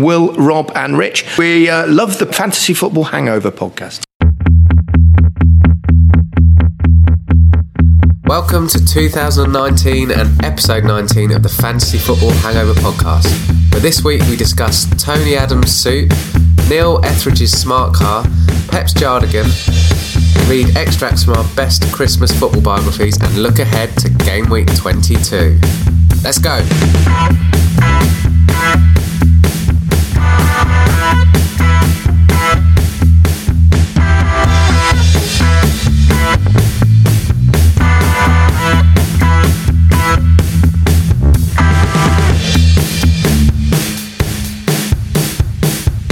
Will, Rob, and Rich. We uh, love the Fantasy Football Hangover podcast. Welcome to 2019 and episode 19 of the Fantasy Football Hangover podcast. Where this week we discuss Tony Adams' suit, Neil Etheridge's smart car, Pep's jardigan, read extracts from our best Christmas football biographies, and look ahead to game week 22. Let's go.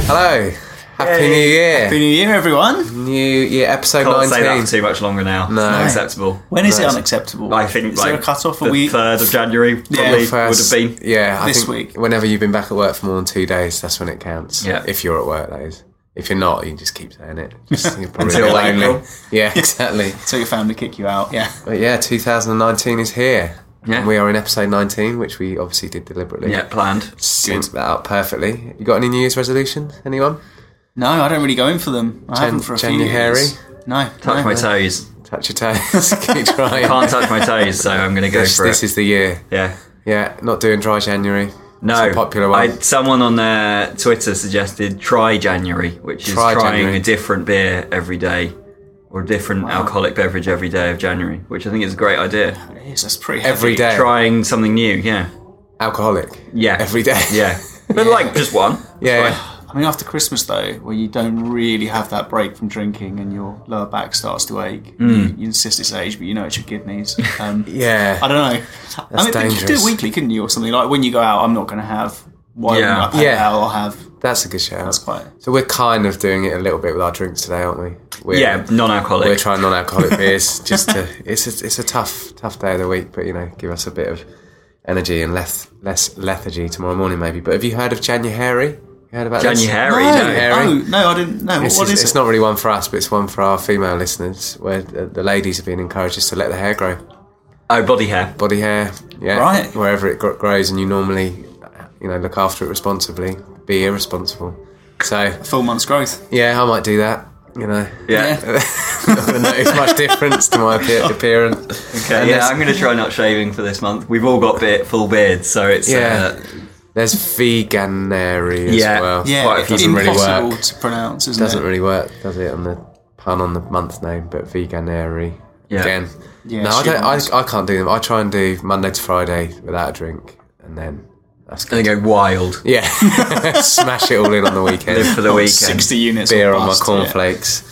Hello. Happy New Year. Happy New Year, everyone. New Year, episode Can't 19. say that for too much longer now. No. It's not acceptable. When is it Nice. unacceptable? I think is like there a cut off the a week? third of January probably First- would have been. Yeah, I this think week. Whenever you've been back at work for more than two days, that's when it counts. Yeah. If you're at work, that is. If you're not, you can just keep saying it. Just, you're probably Until a bit April. lonely. Yeah, exactly. So your family kick you out. Yeah. But yeah, 2019 is here. Yeah. And we are in episode 19, which we obviously did deliberately. Yeah, planned. Synced that up perfectly. You got any New Year's resolutions? Anyone? No, I don't really go in for them. I Jan- haven't for a January? few years. No. Touch no. my toes. Touch your toes. keep trying. Can't touch my toes, so I'm going to go this for this it. is the year. yeah. Yeah, not doing dry January. No. It's a popular one. I, someone on uh, Twitter suggested try January, which is Try trying January. a different beer every day or a different alcoholic beverage every day of January, which I think is a great idea. It is, that's pretty Every heavy. day. Trying something new, yeah. Alcoholic. Yeah. Every day. Yeah. But like just one. Yeah. Right. yeah. I mean, after Christmas though, where you don't really have that break from drinking and your lower back starts to ache. You, you insist it's age, but you know it's your kidneys. Mm. Um, Yeah. I don't know. I mean, you could do dangerous. it weekly, couldn't you, or something like when you go out? I'm not going to have. Why Yeah. yeah. I Yeah. yeah. I'll have. That's a good shout. That's quite. So we're kind of doing it a little bit with our drinks today, aren't we? We're, Yeah, non-alcoholic. we're trying non-alcoholic beers just to. It's a, it's a tough tough day of the week, but you know, give us a bit of energy and less less lethargy tomorrow morning maybe. But have you heard of January? You heard about this? January. No, Harry. oh, no, I didn't. No, This what is- is it's it? not really one for us, but it's one for our female listeners, where the, the ladies have been encouraged just to let their hair grow, Oh, body hair. body hair, yeah, Right. wherever it gr- grows, and you normally, you know, look after it responsibly, be irresponsible. So Full month's growth. yeah, I might do that. You know, Yeah. not going to notice much difference to my appear- appearance. Okay, Unless- yeah, I'm going to try not shaving for this month. We've all got be- full beards, so it's uh, Yeah. yeah. There's veganary as Yeah. well. Yeah, Quite a it's few doesn't really impossible work. to pronounce, isn't Doesn't it? really work, does it? On the pun on the month name, but veganary Yeah. again. Yeah, no, I don't. students. I, I can't do them. I try and do Monday to Friday without a drink, and then that's going good. to go wild Yeah, smash it all in on the weekend. for the weekend. 60 units Beer or on my bust, yeah. cornflakes.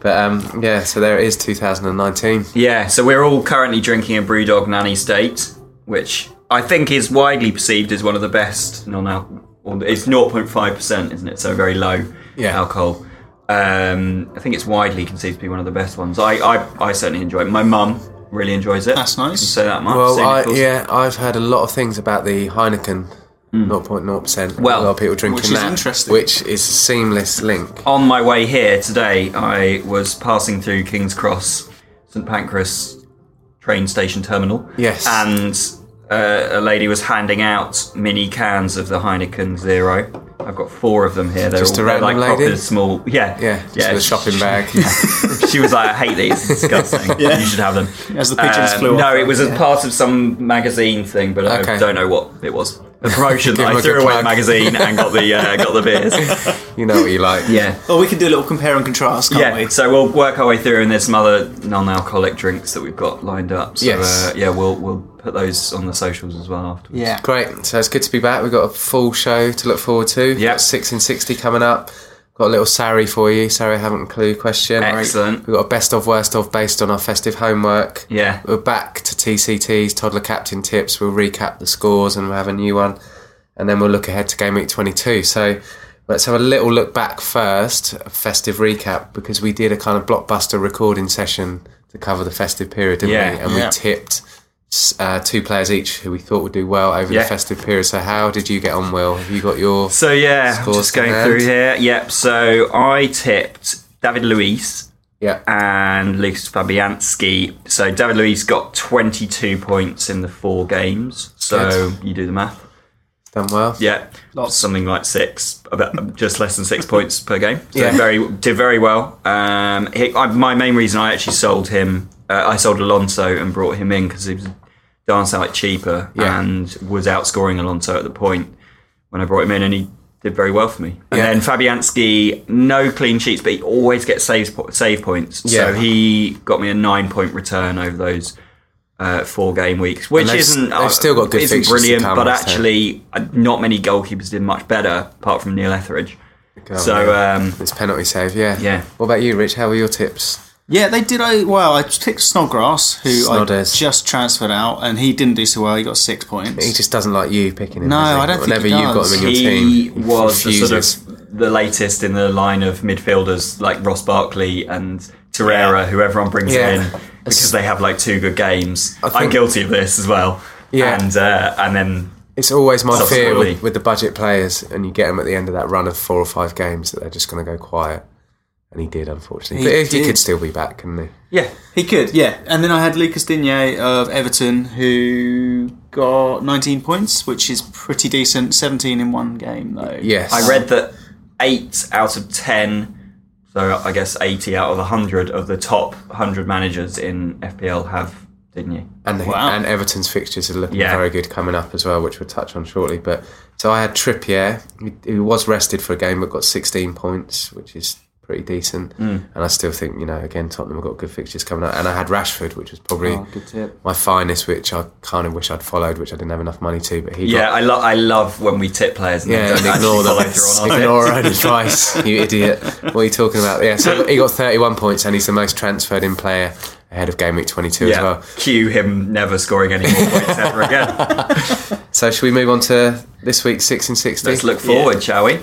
But um, yeah, so there it is, 2019. Yeah, so we're all currently drinking a BrewDog Nanny State, which I think is widely perceived as one of the best non-alcohol. It's 0.5%, isn't it? So very low Yeah. alcohol. Um, I think it's widely conceived to be one of the best ones. I, I, I certainly enjoy it. My mum really enjoys it. That's nice. Can say that much. Well, Same, of I, course. yeah, I've heard a lot of things about the Heineken 0.0%. Well, a lot of people drinking which is that, interesting. which is a seamless link. on my way here today, I was passing through King's Cross, St Pancras train station terminal. Yes. And uh, a lady was handing out mini cans of the Heineken Zero. I've got four of them here. They're Just all a they're random like proper lady? small. Yeah. Yeah, just yeah. with a shopping bag. She was like, I hate these. It's disgusting. You should have them. As the pigeons Um, flew off. No, it was a part of some magazine thing, but Okay. I don't know what it was. A promotion. Give 'em I a threw good away the plug. magazine and got the uh, got the beers. You know what you like. Yeah. Well, we can do a little compare and contrast, can't Yeah, we? so we'll work our way through, and there's some other non-alcoholic drinks that we've got lined up. So, Yes. uh, yeah, we'll we'll put those on the socials as well afterwards. Yeah. Great. So it's good to be back. We've got a full show to look forward to. We've Yeah. Got 6 and 60 coming up. Got a little Sari for you. Sorry, I haven't a clue question. Excellent. We've got a best of, worst of based on our festive homework. Yeah. We're back to TCT's toddler captain tips. We'll recap the scores and we'll have a new one. And then we'll look ahead to game week 22. So let's have a little look back first, a festive recap, because we did a kind of blockbuster recording session to cover the festive period, didn't Yeah. we? And Yeah. we tipped s- uh, two players each who we thought would do well over Yeah. the festive period. So how did you get on, Will? Have you got your So yeah, I'm Scores just going to through hand. here. Yep. So I tipped David Luiz yeah? uh, and Lucas Fabianski. So David Luiz got 22 points in the four games. So you do the math. Done well. Yeah, Lots. something like six, about just less than six points per game. So Yeah. very did very well. Um, he, I, my main reason I actually sold him, uh, I sold Alonso and brought him in because he was darn sight cheaper Yeah. and was outscoring Alonso at the point when I brought him in, and he did very well for me. And Yeah. then Fabianski, no clean sheets, but he always gets save po- save points. Yeah. So he got me a nine point return over those. Uh, four game weeks, which And they've- isn't they've still got good isn't fixtures to brilliant, come, but I suppose. actually actually, uh, not many goalkeepers did much better apart from Neil Etheridge. God, so Oh, yeah. um, This penalty save, yeah. Yeah. What about you, Rich? How were your tips? Yeah, they did. I well, I picked Snodgrass, who Snodders. I just transferred out, and he didn't do so well. He got six points. He just doesn't like you picking him. No, does he? I don't think Whenever he you've got does. him in your he team, was the sort refuses. of the latest in the line of midfielders like Ross Barkley and Torreira, who everyone brings Yeah. in because they have like two good games. I'm think- guilty of this as well. Yeah. and uh, and then It's always my fear Subsequently. with, with the budget players, and you get them at the end of that run of four or five games that they're just going to go quiet. And he did, unfortunately. He but he did. could still be back, couldn't he? yeah, He could, yeah. And then I had Lucas Digne of Everton, who got 19 points, which is pretty decent. 17 in one game, though. Yes. I read that eight out of ten. So I guess eighty out of hundred of the top hundred managers in FPL have, didn't you? And, the- Wow. and Everton's fixtures are looking Yeah. very good coming up as well, which we'll touch on shortly. But so I had Trippier, who- who was rested for a game but got 16 points, which is pretty decent. And I still think, you know, again, Tottenham have got good fixtures coming up. And I had Rashford, which was probably Oh, good tip. my finest, which I kind of wish I'd followed, which I didn't have enough money to. But he Yeah, got I, lo- I love when we tip players and Yeah, they and don't ignore actually them. follow through on our ignore tips. our own advice, you idiot. What are you talking about? Yeah, so he got 31 points and he's the most transferred in player ahead of game week 22 as Yeah, well. cue him never scoring any more points ever again. So should we move on to this week's 6 and 60? Let's look forward, shall we?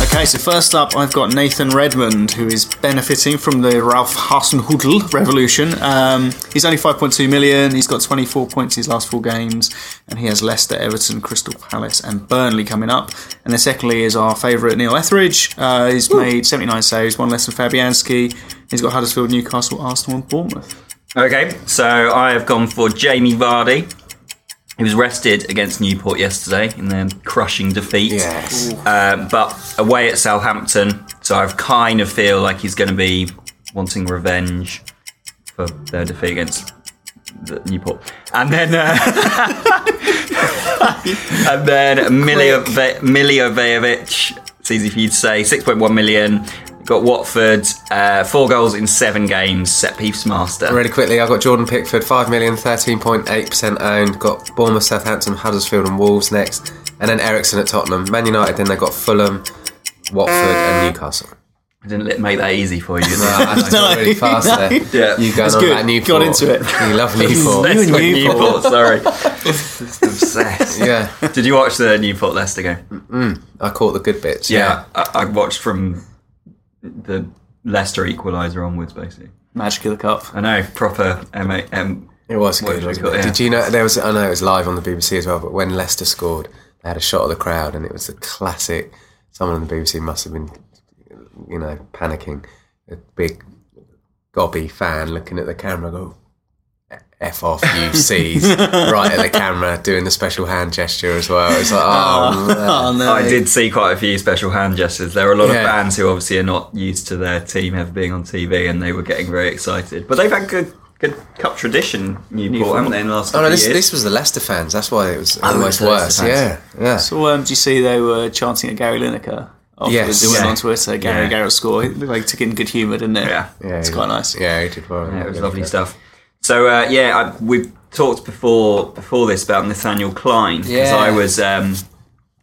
Okay, so first up, I've got Nathan Redmond, who is benefiting from the Ralph Hasenhudl revolution. Um, he's only 5.2 million. He's got 24 points his last four games, and he has Leicester, Everton, Crystal Palace, and Burnley coming up. And then secondly is our favourite Neil Etheridge. Uh, he's made 79 saves, one less than Fabianski. He's got Huddersfield, Newcastle, Arsenal, and Bournemouth. Okay, so I have gone for Jamie Vardy. He was rested against Newport yesterday in their crushing defeat. Yes. Um, but away at Southampton, so I kind of feel like he's going to be wanting revenge for their defeat against the Newport. And then, uh, and then Milio- Miliojevic, it's easy for you to say, 6.1 million. Got Watford, uh, four goals in seven games, set piece master. Really quickly, I've got Jordan Pickford, 5 million, 13.8% owned. Got Bournemouth, Southampton, Huddersfield, and Wolves next. And then Ericsson at Tottenham. Man United, then they've got Fulham, Watford, Uh, and Newcastle. I didn't let- make that easy for you. I just got really fast there. Yeah. You going That's on good. about Newport. Got into it. You love Newport. Leicester, and Newport, sorry. Just obsessed. yeah, Did you watch the Newport Leicester game? I caught the good bits. I, I watched from the Leicester equaliser onwards, basically. Magic of the Cup. I know, proper MA, um, It was What good. did we Wasn't call it? it? Did you know there was? I know it was live on the BBC as well. But when Leicester scored, they had a shot of the crowd, and it was the classic. Someone on the BBC must have been, you know, panicking. A big gobby fan looking at the camera, go, "F off, you sees!" right at the camera, doing the special hand gesture as well. It's like, Ah, oh, man. no. I did see quite a few special hand gestures. There are a lot Yeah. of fans who obviously are not used to their team ever being on TV, and they were getting very excited. But they've had good, good cup tradition, Newport, haven't they? In the last oh couple no, of this, years. this was the Leicester fans. That's why it was almost Oh, it was worse. Leicester Yeah, fans. yeah. So, um, do you see they were chanting at Gary Lineker? After Yes. they went Yeah. on Twitter, Gary, Yeah. Gary will score. It looked like he took it in good humour, didn't it? Yeah. Yeah, It's he- quite nice. Yeah, he did well. Yeah, it was lovely stuff. So uh, yeah, I, we've talked before before this about Nathaniel Klein because Yeah. I was um,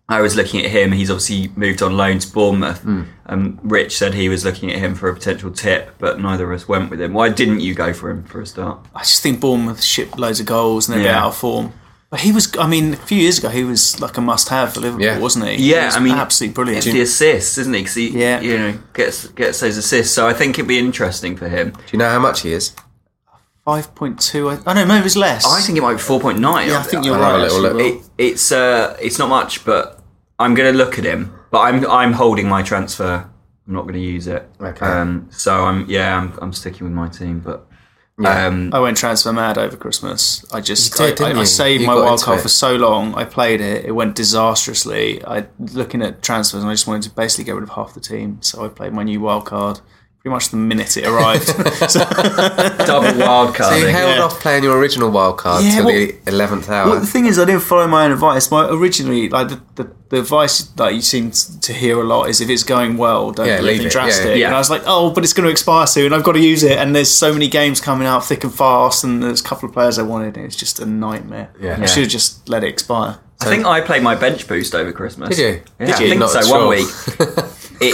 I was looking at him. He's obviously moved on loan to Bournemouth. Hmm. Um, Rich said he was looking at him for a potential tip, but neither of us went with him. Why didn't you go for him for a start? I just think Bournemouth ship loads of goals and they're Yeah. out of form. But he was, I mean, a few years ago, he was like a must have for Liverpool, Yeah. wasn't he? Yeah, He was I mean, absolutely brilliant. It's the assists, isn't he? 'Cause he, Yeah. you know, gets gets those assists. So I think it'd be interesting for him. Do you know how much he is? 5.2, I, oh no, maybe it was less. I think it might be four point nine. yeah, I think you're I'll have right. a little actually, look. Will. It, it's uh, it's not much, but I'm going to look at him. But I'm I'm holding my transfer I'm not going to use it. Okay. Um, so I'm yeah, I'm, I'm sticking with my team, but um, I went transfer mad over Christmas. I just You did, I, I, didn't I you? saved You my got wild into card it. for so long. I played it. It went disastrously. I looking at transfers and I just wanted to basically get rid of half the team. So I played my new wild card pretty much the minute it arrived. so, double wild So card. you held yeah. off playing your original wild card Yeah, till well- the eleventh hour. well, the thing is, I didn't follow my own advice. My originally like the, the, the advice that you seem to hear a lot is if it's going well, don't Yeah, do anything leave it. drastic. Yeah, yeah. And I was like, oh, but it's going to expire soon. I've got to use it. And there's so many games coming out thick and fast, and there's a couple of players I wanted. And it's just a nightmare. Yeah. I Yeah. should have just let it expire. I think I played my bench boost over Christmas. Did you? Yeah, Did I you? think Not so. at all. One week. It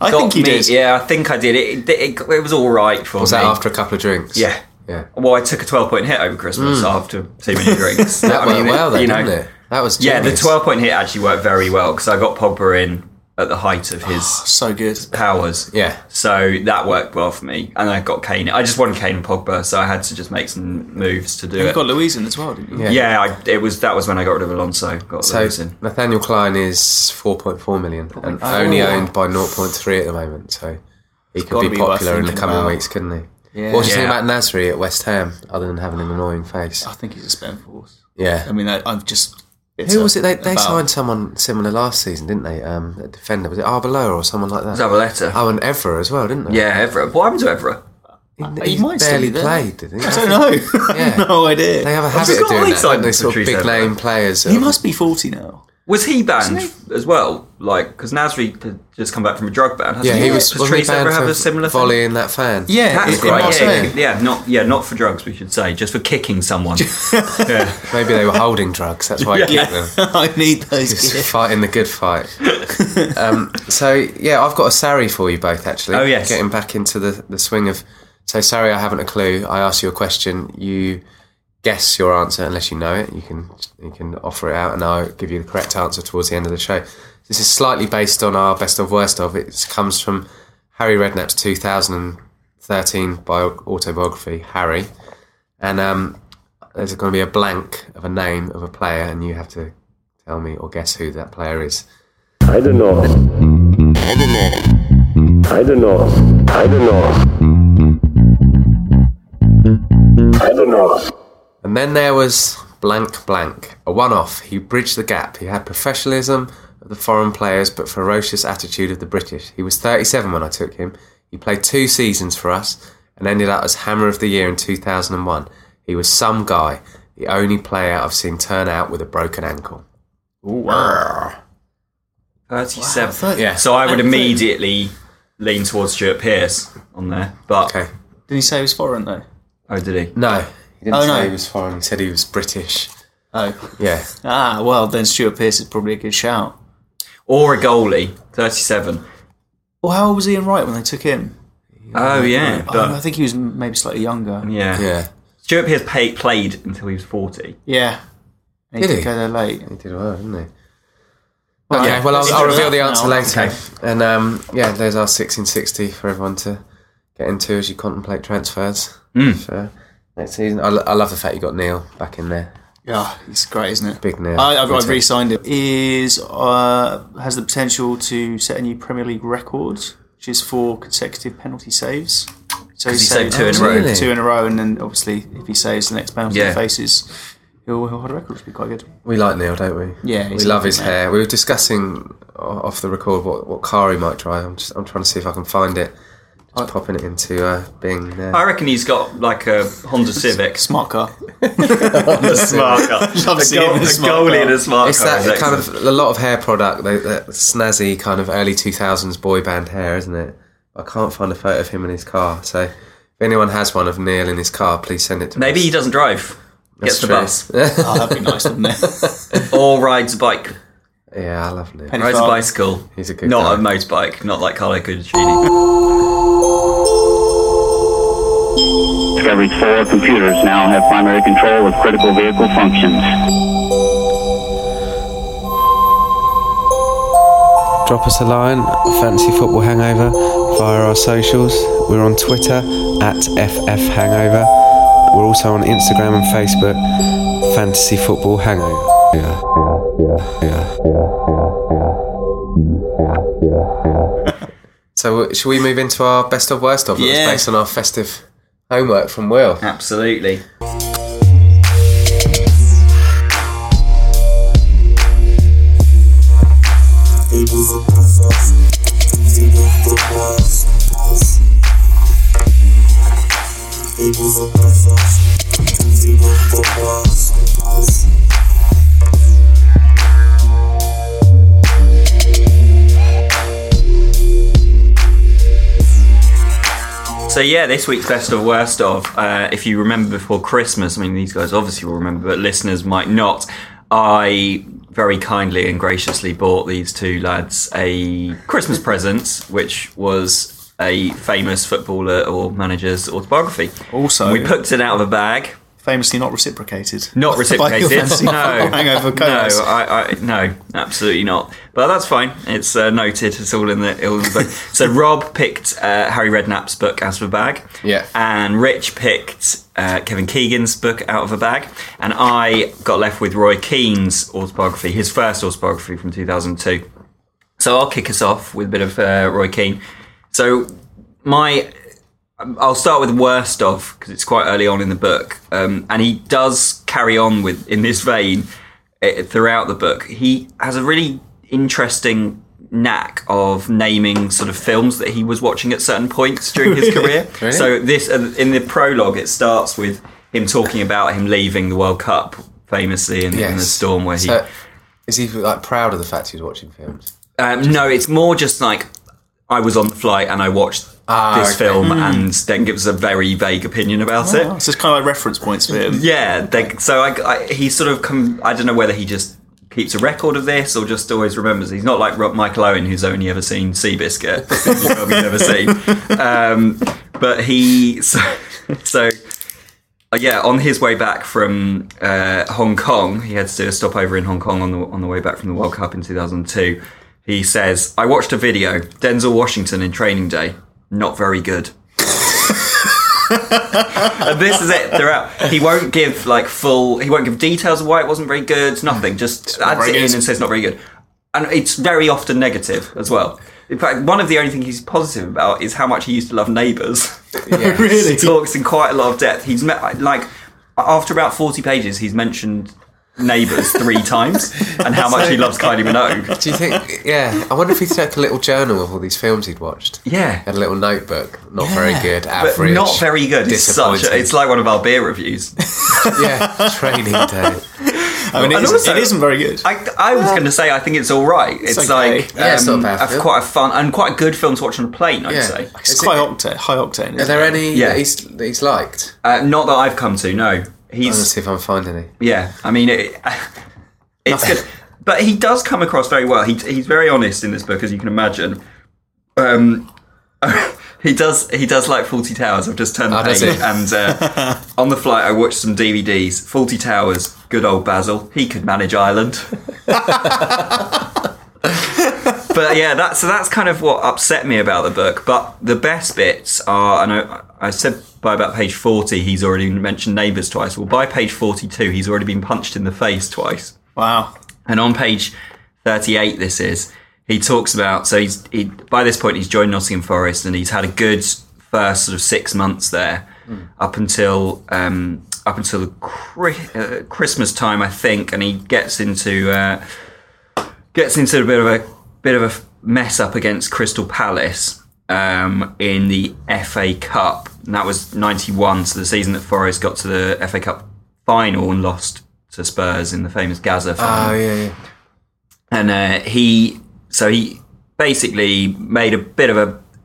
I got think you me- did. Yeah, I think I did. It it, it, it was all right for was me. that after a couple of drinks? Yeah. yeah. Mm. Well, I took a 12 point hit over Christmas after too many drinks. That I mean, went well, then, you know, didn't it? That was Yeah, the genius. 12 point hit actually worked very well because I got Pogba in at the height of his So good. powers. Ah. Yeah. So that worked well for me. And I got Kane. I just wanted Kane and Pogba, so I had to just make some moves to do You it. got Louise in as well, didn't you? Yeah. yeah, I, it was that was when I got rid of Alonso. Got So Lewis in. Nathaniel Klein is 4.4 million and only owned by 0.3 at the moment, so he could gotta be, be worth popular in the thinking coming about. weeks, couldn't he? What do you think Yeah. about Nasri at West Ham, other than having an annoying face? I think he's a spend force. Yeah. I mean, I, I'm just. bitter Who was it? They, they about- signed someone similar last season, didn't they? Um, a defender. Was it Arbeloa or someone like that? Zabaleta. Oh, and Evra as well, didn't they? yeah, Evra. What happened to Evra? He, He might still barely be there. played, did he? I don't know. I Yeah. have no idea. They have a just habit of got doing that, eyesight don't they? Sort of Patrice big Evra. name players. He um, must be 40 now. Was he banned as well? Like, because Nasri had just come back from a drug ban. hasn't Yeah, he was. Does wasn't he Treece Evra banned have for a similar thing? volleying that fan? Yeah, That's in- in right. Yeah, Marseille. yeah, not yeah, not for drugs. We should say just for kicking someone. yeah. Maybe they were holding drugs. That's why he Yeah. kicked them. I need those. Just gear. fighting the good fight. um, so yeah, I've got a sari for you both actually. Oh, yes. getting back into the, the swing of. So sorry, I haven't a clue. I ask you a question, you guess your answer unless you know it. You can you can offer it out, and I'll give you the correct answer towards the end of the show. This is slightly based on our best of worst of. It comes from Harry Redknapp's 2013 bio- autobiography, Harry, and um, there's going to be a blank of a name of a player, and you have to tell me or guess who that player is. I don't know. I don't know. I don't know. I don't know. And then there was blank blank, a one off. He bridged the gap. He had professionalism of the foreign players, but ferocious attitude of the British. He was 37 when I took him. He played two seasons for us and ended up as Hammer of the Year in 2001. He was some guy, the only player I've seen turn out with a broken ankle. Thirty-seven. Yeah. So I would immediately lean towards Stuart Pearce on there, but Okay. Didn't he say he was foreign, though? oh, did he? No, he didn't Oh, say no. he was foreign. He said he was British. Oh. Yeah. Ah, well, then Stuart Pearce is probably a good shout. Or a goalie, thirty-seven. Well, how old was Ian Wright when they took him? Oh yeah, Oh, I but think he was m- maybe slightly younger. yeah, Yeah. Stuart Pearce pay, played until he was forty. Yeah. And he Did did, he? go there late. He did well, didn't he? Okay, well, I'll, I'll Interesting. reveal the answer No. later. And um, yeah, there's our 1660 for everyone to get into as you contemplate transfers for next season. I, lo- I love the fact you got Neil back in there. Yeah, he's great, isn't it? Big Neil. I, I've, Good I've team. re-signed him. Is uh, has the potential to set a new Premier League record, which is four consecutive penalty saves. So he, he saved saved two in a row. oh, Really? Two in a row, and then obviously if he saves the next penalty Yeah. he faces, he'll, he'll hold a record, which would be quite good. We like Neil, don't we? Yeah, we he's love lovely, his mate. hair. We were discussing o- off the record what, what car he might drive. I'm just I'm trying to see if I can find it. Just popping it into uh, Bing there. I reckon he's got like a Honda Civic, Smart car. a smart car, a, Love seeing goal- him in a a smart goalie car. in a smart It's car. that is kind excellent. of a lot of hair product, tho- that snazzy kind of early two thousands boy band hair, isn't it? I can't find a photo of him in his car. So if anyone has one of Neil in his car, please send it to maybe us. he doesn't drive, gets the true. bus, Oh, that'd be nice, wouldn't it? or rides a bike, Yeah, I love Neil. Penny rides a farm. bicycle. He's a good not guy. Oh. a motorbike, not like Carlo Cudicini. Discovery 4 computers now have primary control of critical vehicle functions. drop us a line fancy football hangover via our socials we're on twitter at ff hangover we're also on instagram and facebook fantasy football hangover yeah, yeah, yeah, yeah, yeah, yeah, yeah, yeah, yeah, yeah. So, should we move into our best of worst of? It was Yeah. based on our festive homework from Will. Absolutely. So yeah, this week's best of worst of. Uh, if you remember before Christmas, I mean these guys obviously will remember, but listeners might not. I very kindly and graciously bought these two lads a Christmas present, which was a famous footballer or manager's autobiography. Also- we picked it out of a bag. Famously not reciprocated. By Not your reciprocated. fancy No, hangover no, co-host. I, I, no, absolutely not. But that's fine. It's uh, noted. It's all in the, all in the book. so Rob picked uh, Harry Redknapp's book out of a bag. Yeah. And Rich picked uh, Kevin Keegan's book out of a bag. And I got left with Roy Keane's autobiography, his first autobiography from 2002. So I'll kick us off with a bit of uh, Roy Keane. So my I'll start with worst of because it's quite early on in the book, um, and he does carry on with in this vein eh, throughout the book. He has a really interesting knack of naming sort of films that he was watching at certain points during his career. So this uh, in the prologue, it starts with him talking about him leaving the World Cup famously in, in the Yes. storm where he So, is he like proud of the fact he was watching films? um, no, it's more just like I was on the flight and I watched Ah, this okay. film and then gives a very vague opinion about Oh, it. so it's kind of like reference points for him. Yeah, they, so I, I, he sort of come. I don't know whether he just keeps a record of this or just always remembers. He's not like Rob Michael Owen, who's only ever seen Seabiscuit. You've probably never seen. Um, but he so. so uh, yeah, on his way back from uh, Hong Kong, he had to do a stopover in Hong Kong on the on the way back from the World Cup in 2002. He says, "I watched a video Denzel Washington in Training Day. Not very good." and this is it throughout. He won't give like full. He won't give details of why it wasn't very good. Nothing. Just adds very it in good. and says not very good. And it's very often negative as well. In fact, one of the only things he's positive about is how much he used to love Neighbours Yeah. Really? talks in quite a lot of depth. He's met like after about forty pages, he's mentioned neighbours three times and how much he loves Kylie Minogue. Do you think? Yeah, I wonder if he took a little journal of all these films he'd watched. Yeah, Had a little notebook. Not very good. Average. but not very good. It's such. disappointing. A, it's like one of our beer reviews. yeah. Training day. I mean, it And isn't, also- it isn't very good. I, I was going to say I think it's all right. It's, okay. like um, Yeah, it's not a bad a- film. quite a fun and quite a good film to watch on a plane. I'd Yeah. say it's Is it- quite octane, high octane. Are Isn't there it? any Yeah. that, he's, that he's liked? uh, not that I've come to. No, I'm gonna he's see if I can find any. Yeah, I mean, it, it's good. But he does come across very well. He, he's very honest in this book, as you can imagine. Um, he does he does like Faulty Towers. I've just turned the Oh, does page, he? and uh, on the flight I watched some DVDs. Faulty Towers, good old Basil. He could manage Ireland. but yeah, that so that's kind of what upset me about the book. But the best bits are, and I, I said by about page forty, he's already mentioned neighbours twice. Well, by page forty-two, he's already been punched in the face twice. Wow. And on page 38, this is, he talks about, so he's, he, by this point, he's joined Nottingham Forest and he's had a good first sort of six months there up until, um, up until the Chri- uh, Christmas time, I think. And he gets into, uh, gets into a bit of a, bit of a mess up against Crystal Palace, um, in the FA Cup. And that was 91. So the season that Forest got to the FA Cup final and lost to Spurs in the famous Gaza final Oh yeah. yeah. and uh, he so he basically made a bit of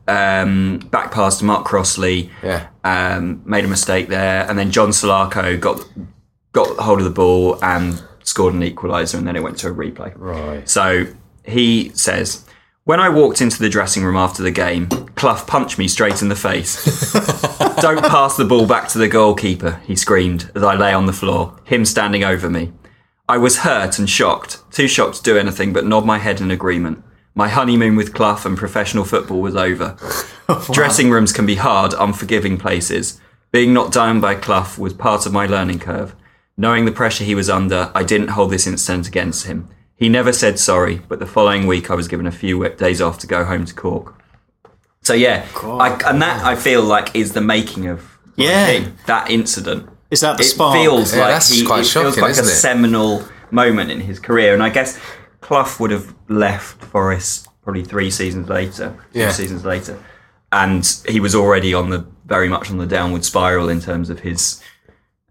a um, back pass to Mark Crossley. Yeah. um, made a mistake there, and then John Solarco got got hold of the ball and scored an equaliser, and then it went to a replay. Right. So he says. When I walked into the dressing room after the game, Clough punched me straight in the face. Don't pass the ball back to the goalkeeper, he screamed as I lay on the floor, him standing over me. I was hurt and shocked, too shocked to do anything but nod my head in agreement. My honeymoon with Clough and professional football was over. Dressing rooms can be hard, unforgiving places. Being knocked down by Clough was part of my learning curve. Knowing the pressure he was under, I didn't hold this incident against him. He never said sorry, but the following week I was given a few days off to go home to Cork. So yeah, I, and that I feel like is the making of Lion Yeah. King, that incident. Is that the it spark? feels Yeah, like that's he, quite it feels shocking, like isn't a it? seminal moment in his career, and I guess Clough would have left Forest probably three seasons later, two Yeah. seasons later, and he was already on the very much on the downward spiral in terms of his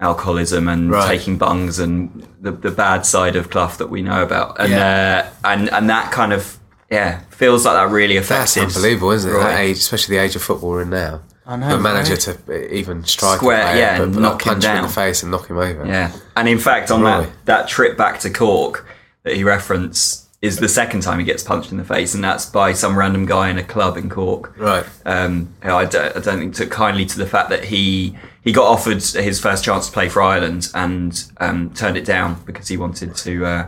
alcoholism and Right. taking bungs and the, the bad side of Clough that we know about, and uh, and and that kind of yeah feels like that really That's affected. unbelievable, isn't it? That Right. age, especially the age of football we're in now. I know, The manager to even strike a Square- player, yeah, but and not knock him punch him, in down. the face and knock him over. Yeah, and in fact, on Right. that that trip back to Cork that he referenced is the second time he gets punched in the face, and that's by some random guy in a club in Cork. Right. Um, who I don't, I don't think took kindly to the fact that he he got offered his first chance to play for Ireland and um, turned it down because he wanted to uh,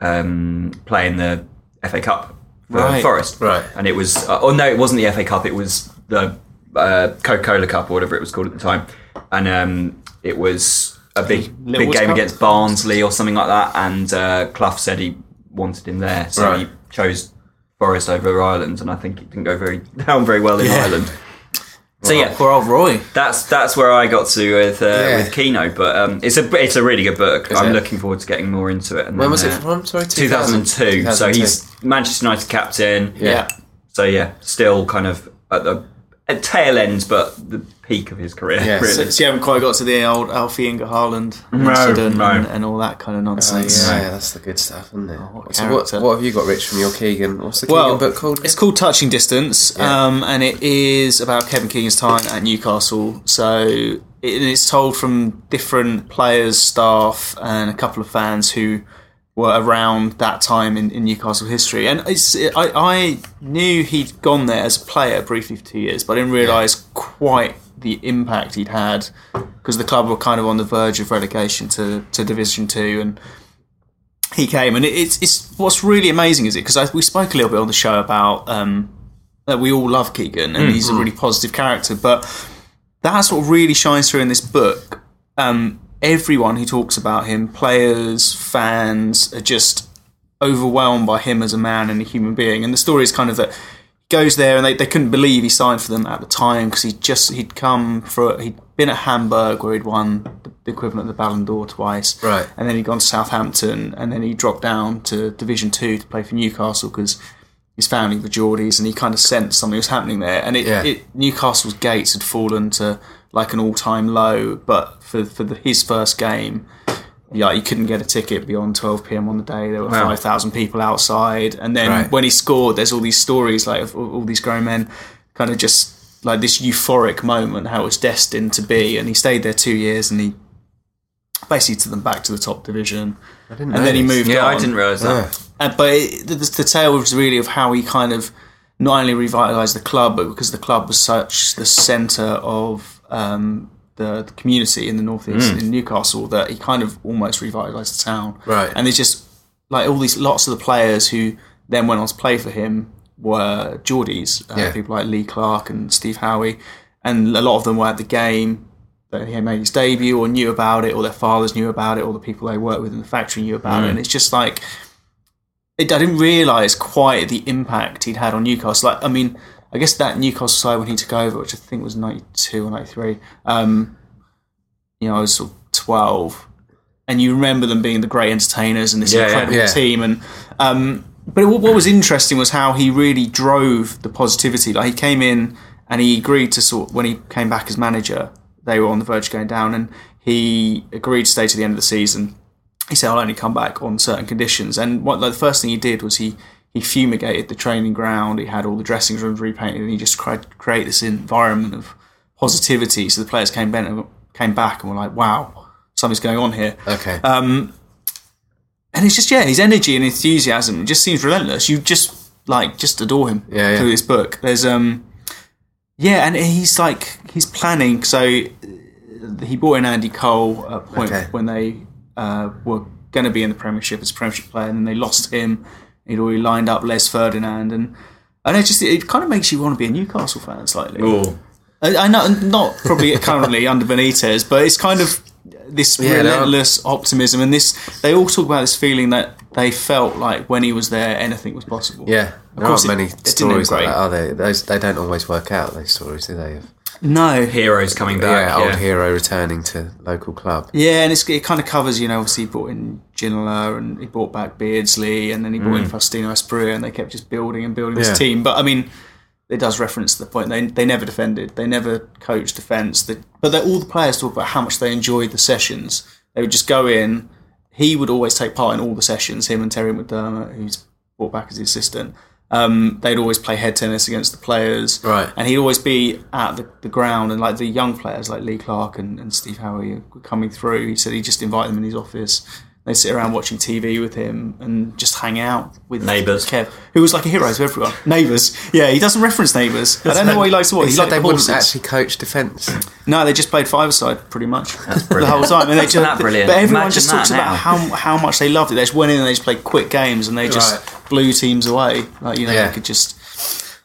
um, play in the FA Cup for Right. Forest. Right. And it was, uh, oh no, it wasn't the FA Cup. It was the uh, Coca Cola Cup or whatever it was called at the time, and um, it was a big big Woods game Cup? against Barnsley or something like that. And uh, Clough said he wanted him there, so Right. he chose Forest over Ireland, and I think it didn't go very down very well in Ireland. So yeah, Poor old Roy. that's that's where I got to with uh, Yeah. with Kino, but um, it's a it's a really good book. I'm it? looking forward to getting more into it. And When then, was it uh, from? Sorry, 2000? 2002. So 2002. he's Manchester United captain. Yeah. So yeah, still kind of at the at tail end, but the peak of his career. Yeah, so really. So you haven't quite got to the old Alfie Inga Haaland incident no. And, and all that kind of Oh, yeah, nonsense. yeah, that's the good stuff, isn't it? what so what, character. what have you got, Rich, from your Keegan? What's the Keegan Well, book called? it's called Touching Distance, Yeah. um, and it is about Kevin Keegan's time at Newcastle. So it, it's told from different players, staff, and a couple of fans who were around that time in, in Newcastle history. And it's I, I knew he'd gone there as a player briefly for two years, but I didn't realise quite the impact he'd had because the club were kind of on the verge of relegation to, to Division Two and he came, and it, it's, it's what's really amazing is it because we spoke a little bit on the show about um, that we all love Keegan and he's a really positive character, but that's what really shines through in this book. Um, everyone who talks about him, players, fans, are just overwhelmed by him as a man and a human being. And the story is kind of that he goes there and they, they couldn't believe he signed for them at the time because he just he'd come for he'd been at Hamburg where he'd won the, the equivalent of the Ballon d'Or twice, Right. And then he'd gone to Southampton and then he dropped down to Division Two to play for Newcastle because his family were Geordies and he kind of sensed something was happening there. And it, Yeah. it Newcastle's gates had fallen to like an all-time low, but for for the, his first game yeah, you couldn't get a ticket beyond 12 p.m. on the day. There were 5,000 people outside, and then Right. when he scored, there's all these stories like of all all these grown men, kind of just like this euphoric moment, how it was destined to be. And he stayed there two years, and he basically took them back to the top division. I didn't and know then he this. moved. yeah, on. I didn't realize that. Uh, but it, the, the tale was really of how he kind of not only revitalized the club, but because the club was such the center of um, the, the community in the northeast in Newcastle that he kind of almost revitalized the town. Right. And there's just like all these lots of the players who then went on to play for him were Geordies, uh, Yeah. people like Lee Clark and Steve Howie, and a lot of them were at the game that he had made his debut or knew about it or their fathers knew about it or the people they worked with in the factory knew about it and it's just like it, I didn't realise quite the impact he'd had on Newcastle. Like, I mean, I guess that Newcastle side when he took over, which I think was '92 or '93. Um, you know, I was sort of 12, and you remember them being the great entertainers and this Yeah, yeah, incredible yeah. team. And um, but what, what was interesting was how he really drove the positivity. Like, he came in and he agreed to sort when he came back as manager. They were on the verge of going down, and he agreed to stay to the end of the season he said I'll only come back on certain conditions. And what like, the first thing he did was he he fumigated the training ground. He had all the dressing rooms repainted, and he just tried to create this environment of positivity. So the players came back and came back and were like, "Wow, something's going on here." okay. um, And it's just yeah, his energy and enthusiasm it just seems relentless. You just like just adore him Yeah, yeah. through this book. There's um yeah, and he's like he's planning. So uh, he brought in Andy Cole at a point Okay. when they uh, were going to be in the Premiership as a Premiership player, and then they lost him. He'd already lined up Les Ferdinand, and and it just it kind of makes you want to be a Newcastle fan slightly. Oh, I, I know, not probably currently under Benitez, but it's kind of this no. relentless optimism and this. They all talk about this feeling that they felt like when he was there, anything was possible. Yeah, there course aren't many it- it didn't stories like integrate. that, are they? Those they don't always work out. Those stories, do they? Of- No. Heroes coming back. Oh, yeah, Yeah, old hero returning to local club. Yeah, and it's, it kind of covers, you know, obviously he brought in Ginola and he brought back Beardsley and then he brought in Faustino Espria and they kept just building and building Mm. Yeah. this team. But I mean, it does reference the point they they never defended, they never coached defence. They, but they, all the players talk about how much they enjoyed the sessions. They would just go in. He would always take part in all the sessions. Him and Terry McDermott, who's brought back as the assistant. Um, they'd always play head tennis against the players, Right. And he'd always be at the, the ground, and like the young players, like Lee Clark and, and Steve Howie, were coming through. He said he just invited them in his office. They sit around watching TV with him and just hang out with Neighbours. Kev, who was like a hero to everyone. Neighbours, yeah, he doesn't reference neighbours. I don't know why he likes to watch. It's He like liked they the wouldn't horses. actually coach defence. No, they just played five side pretty much the whole brilliant. time, and they Isn't that just brilliant? but everyone Imagine just that talks about now. how how much they loved it. They just went in and they just played quick games and they just blew teams away. Like you know, Yeah. they could just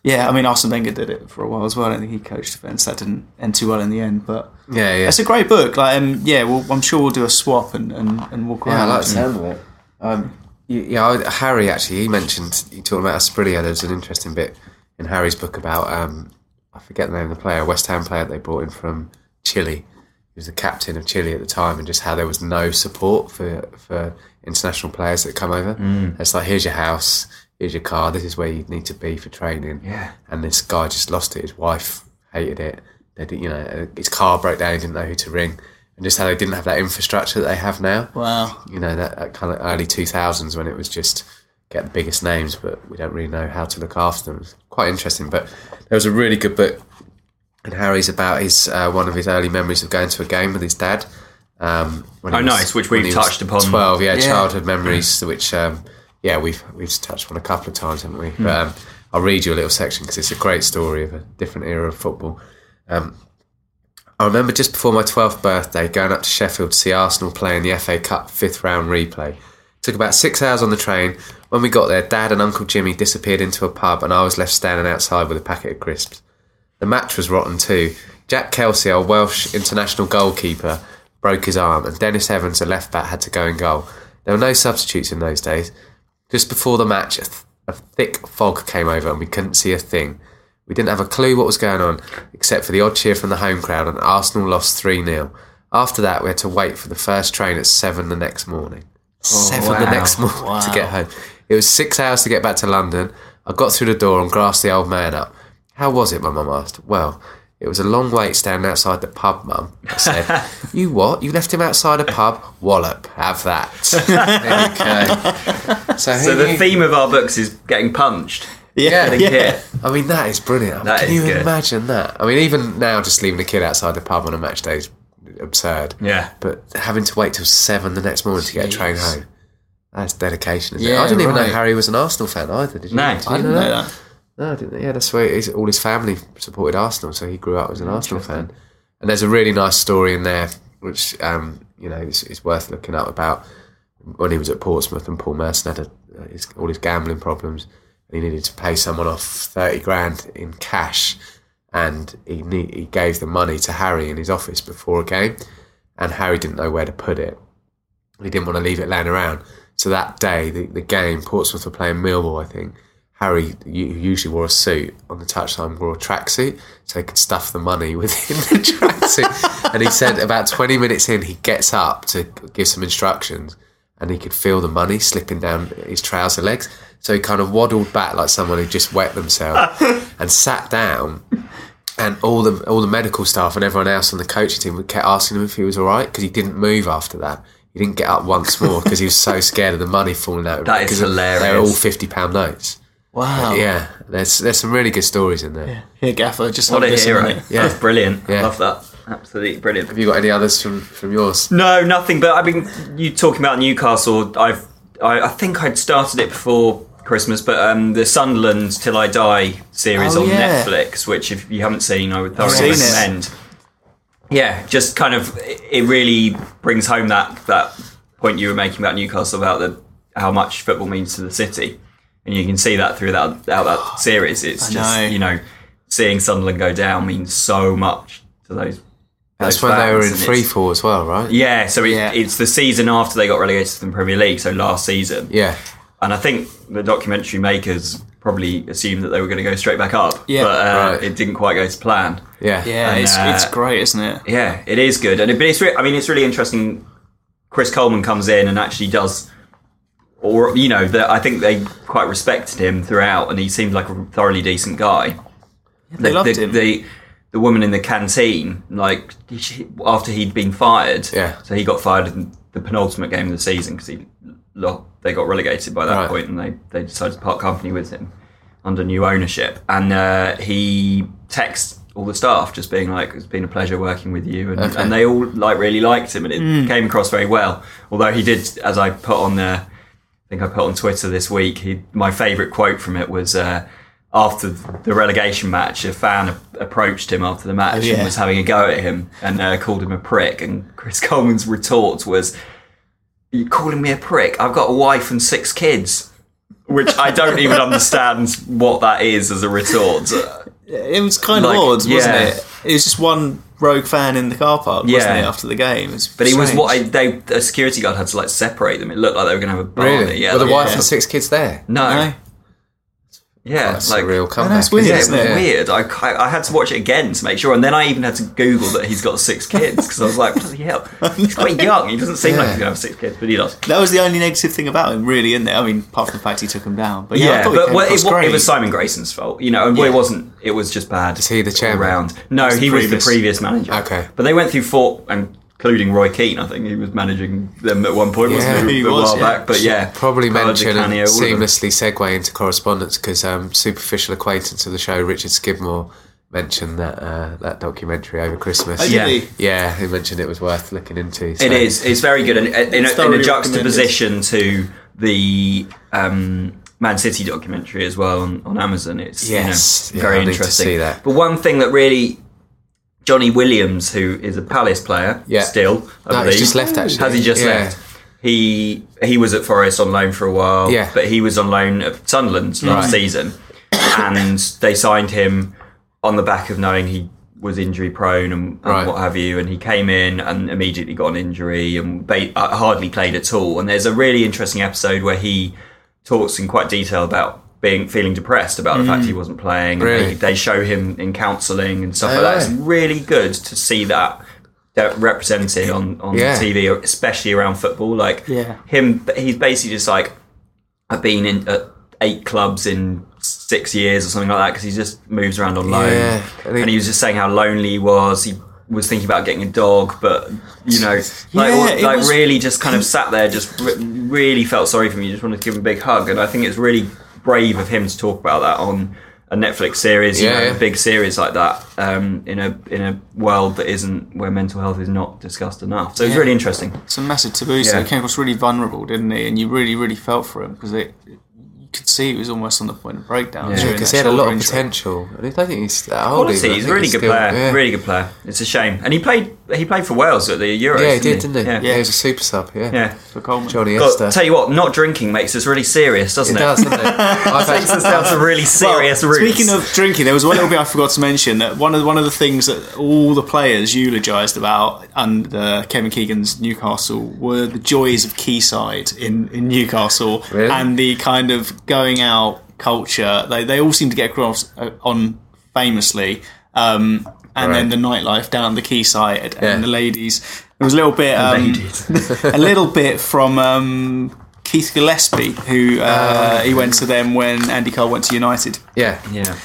yeah. I mean, Arsene Wenger did it for a while as well. I don't think he coached defence. That didn't end too well in the end, but Yeah, yeah. it's a great book. Like um, yeah, well, I'm sure we'll do a swap and and, and walk Yeah, I around. like the sound of it. Um, y- yeah, I, Harry actually, he mentioned, you talking about Asprilla, there's an interesting bit in Harry's book about, um, I forget the name of the player, a West Ham player they brought in from Chile. He was the captain of Chile at the time, and just how there was no support for, for international players that come over. It's like, here's your house, here's your car, this is where you need to be for training. Yeah. And this guy just lost it. His wife hated it. They did, you know, his car broke down, he didn't know who to ring. And just how they didn't have that infrastructure that they have now Wow. you know that, that kind of early 2000s when it was just get the biggest names but we don't really know how to look after them It's quite interesting but there was a really good book and harry's about his uh, one of his early memories of going to a game with his dad um, when he Oh, nice, which when we've he was touched upon. 12 yeah, childhood memories which um, yeah we've we've touched on a couple of times haven't Hmm. we but um, i'll read you a little section because it's a great story of a different era of football Um, I remember just before my 12th birthday going up to Sheffield to see Arsenal play in the FA Cup fifth round replay. Took about six hours on the train. When we got there, Dad and Uncle Jimmy disappeared into a pub and I was left standing outside with a packet of crisps. The match was rotten too. Jack Kelsey, our Welsh international goalkeeper, broke his arm and Dennis Evans, a left back, had to go in goal. There were no substitutes in those days. Just before the match, a, th- a thick fog came over and we couldn't see a thing. We didn't have a clue what was going on, except for the odd cheer from the home crowd, and Arsenal lost 3 0. After that, we had to wait for the first train at 7 the next morning. 7 the Oh, wow. next morning to get home. It was six hours to get back to London. I got through the door and grasped the old man up. How was it, my mum asked. Well, it was a long wait standing outside the pub, mum. I said, You what? You left him outside a pub? Wallop, have that. there you go. So, So who the knew- theme of our books is getting punched. yeah, Getting hit. I mean, that is brilliant. That Can is you good. imagine that? I mean, even now, just leaving a kid outside the pub on a match day is absurd. Yeah. But having to wait till seven the next morning to get a train home, that's dedication, isn't it? Yeah, I didn't even know right. Harry was an Arsenal fan either, did you? No, Did you I know No, that? that- No, I didn't. Yeah, that's why he's, all his family supported Arsenal, so he grew up as an Arsenal fan. And there's a really nice story in there, which um, you know is, is worth looking up about when he was at Portsmouth and Paul Merson had a, his, all his gambling problems, and he needed to pay someone off thirty grand in cash, and he ne- he gave the money to Harry in his office before a game, and Harry didn't know where to put it. He didn't want to leave it laying around. So that day, the, the game, Portsmouth were playing Millwall, I think. Harry, u- who usually wore a suit on the touchline, wore a tracksuit so he could stuff the money within the tracksuit. and he said about 20 minutes in, he gets up to give some instructions and he could feel the money slipping down his trouser legs. So he kind of waddled back like someone who just wet themselves and sat down and all the all the medical staff and everyone else on the coaching team kept asking him if he was all right because he didn't move after that. He didn't get up once more because he was so scared of the money falling out. That is because They're all hilarious. fifty pound notes. wow. Yeah, there's there's some really good stories in there. Here, Gaffer, just What have a this hero. in it. Yeah. That's brilliant. Yeah. I love that. Absolutely brilliant. Have you got any others from from yours? No, nothing. But I mean, you talking about Newcastle? I've, I, I think I'd started it before Christmas, but um, the Sunderland Till I Die series Oh, on yeah. Netflix, which if you haven't seen, I would seen thoroughly it. recommend. Yeah, just kind of, it it really brings home that that point you were making about Newcastle about the how much football means to the city, and you can see that through that out that series. It's I just know. you know seeing Sunderland go down means so much to those That's those when they were fans, in and free it's- fall as well, right? Yeah, so it, Yeah. it's the season after they got relegated from the Premier League, so last season. Yeah. And I think the documentary makers probably assumed that they were going to go straight back up. Yeah. But uh, Right. it didn't quite go to plan. Yeah. Yeah, And, it's, uh, it's great, isn't it? Yeah, it is good, and it, but it's. Re- I mean, it's really interesting. Chris Coleman comes in and actually does, or you know, that I think they quite respected him throughout, and he seemed like a thoroughly decent guy. they the, loved the, him. The, the woman in the canteen, like she, after he'd been fired, Yeah. So he got fired in the penultimate game of the season because he lo- they got relegated by that Right. point, and they they decided to part company with him under new ownership. And uh, he texts all the staff, just being like, "It's been a pleasure working with you," and, and they all like really liked him, and it came across very well. Although he did, as I put on there, I think I put on Twitter this week. He, my favourite quote from it was. Uh, after the relegation match, a fan a- approached him after the Oh, match yeah. and was having a go at him and uh, called him a prick. And Chris Coleman's retort was, you calling me a prick? I've got a wife and six kids, which I don't even understand what that is as a retort. It was kind of Like, odd, wasn't yeah. it? It was just one rogue fan in the car park, wasn't Yeah. it, after the game? It's But he was strange. what I, they a security guard had to like separate them. It looked like they were going to have a barney. Really? Yeah, Were the like- wife and six kids there? No, No. yeah, That's like a real comeback. that's weird, Yeah, it was isn't it? weird. I, I, I had to watch it again to make sure, and then I even had to Google that he's got six kids because I was like, bloody hell, he's quite young. He doesn't seem like Yeah. he's going to have six kids, but he does. That was the only negative thing about him, really, isn't it? I mean, apart from the fact he took him down. But yeah, I Yeah, thought he but came well, it, across wa- it great. was Simon Grayson's fault, you know, and well, Yeah. it wasn't. It was just bad. Is he the chairman? Around. No, the he was the previous- previous manager. Okay. but they went through four, and including Roy Keane. I think he was managing them at one point, wasn't Yeah. He he? A was, while yeah. back, but yeah, Probably Carlo Di mention and Canio, all of them. seamlessly segue into correspondence because um, superficial acquaintance of the show, Richard Skidmore, mentioned that uh, that documentary over Christmas. Oh, did Yeah. he? Yeah, he mentioned it was worth looking into. so- It is. It's very good, and and- in, a, in thoroughly a juxtaposition to the um, Man City documentary as well on, on Amazon. It's you know, Yes. Yeah, very I need to interesting. see that. But one thing that really Johnny Williams, who is a Palace player, Yeah. still, I No, he's believe, just left, actually. Has he just Yeah. left? He he was at Forest on loan for a while. Yeah. but he was on loan at Sunderland last season, and they signed him on the back of knowing he was injury prone and, and Right. what have you. And he came in and immediately got an injury and ba- uh, hardly played at all. And there's a really interesting episode where he talks in quite detail about being feeling depressed about the fact he wasn't playing. And Mm. Really? they, they show him in counselling and stuff like that. It's really good to see that. that represented on on Yeah. TV, especially around football, like Yeah. him, he's basically just like I've been in at eight clubs in six years or something like that because he just moves around on loan. Yeah, and And, he- he, was just saying how lonely he was. He was thinking about getting a dog, but you know, like, Yeah, all- it like was- really just kind of sat there, just re- really felt sorry for me. Just wanted to give him a big hug, and I think it's really brave of him to talk about that on a Netflix series, you Yeah, know, yeah. a big series like that, um, in a in a world that isn't where mental health is not discussed enough. So it's really interesting. It's a massive taboo, so Yeah. he came across really vulnerable, didn't he? And you really, really felt for him because it. You could see he was almost on the point of breakdown. during because he that had a lot shoulder of injury. potential. And I don't think he's that old. quality. even. Oh, I He's a think really good still- player. Yeah. Really good player. It's a shame. And he played. He played for Wales at the Euros. Yeah, he did, didn't he? Yeah. Yeah. he was a super sub. Yeah, yeah. For Coleman. Johnny God, Esther. tell you what, not drinking makes us really serious, It doesn't it? does, doesn't it? I've Takes us down to really serious Well, roots. Speaking of drinking, there was one little bit I forgot to mention that one of one of the things that all the players eulogised about under Kevin Keegan's Newcastle were the joys of Quayside in in Newcastle Really? and the kind of going out culture. They they all seem to get across uh, on famously. Um, and then the nightlife down the quayside Yeah. and the ladies. There was a little bit, um, a little bit from um, Keith Gillespie, who uh, he went to them when Andy Cole went to United. yeah. yeah.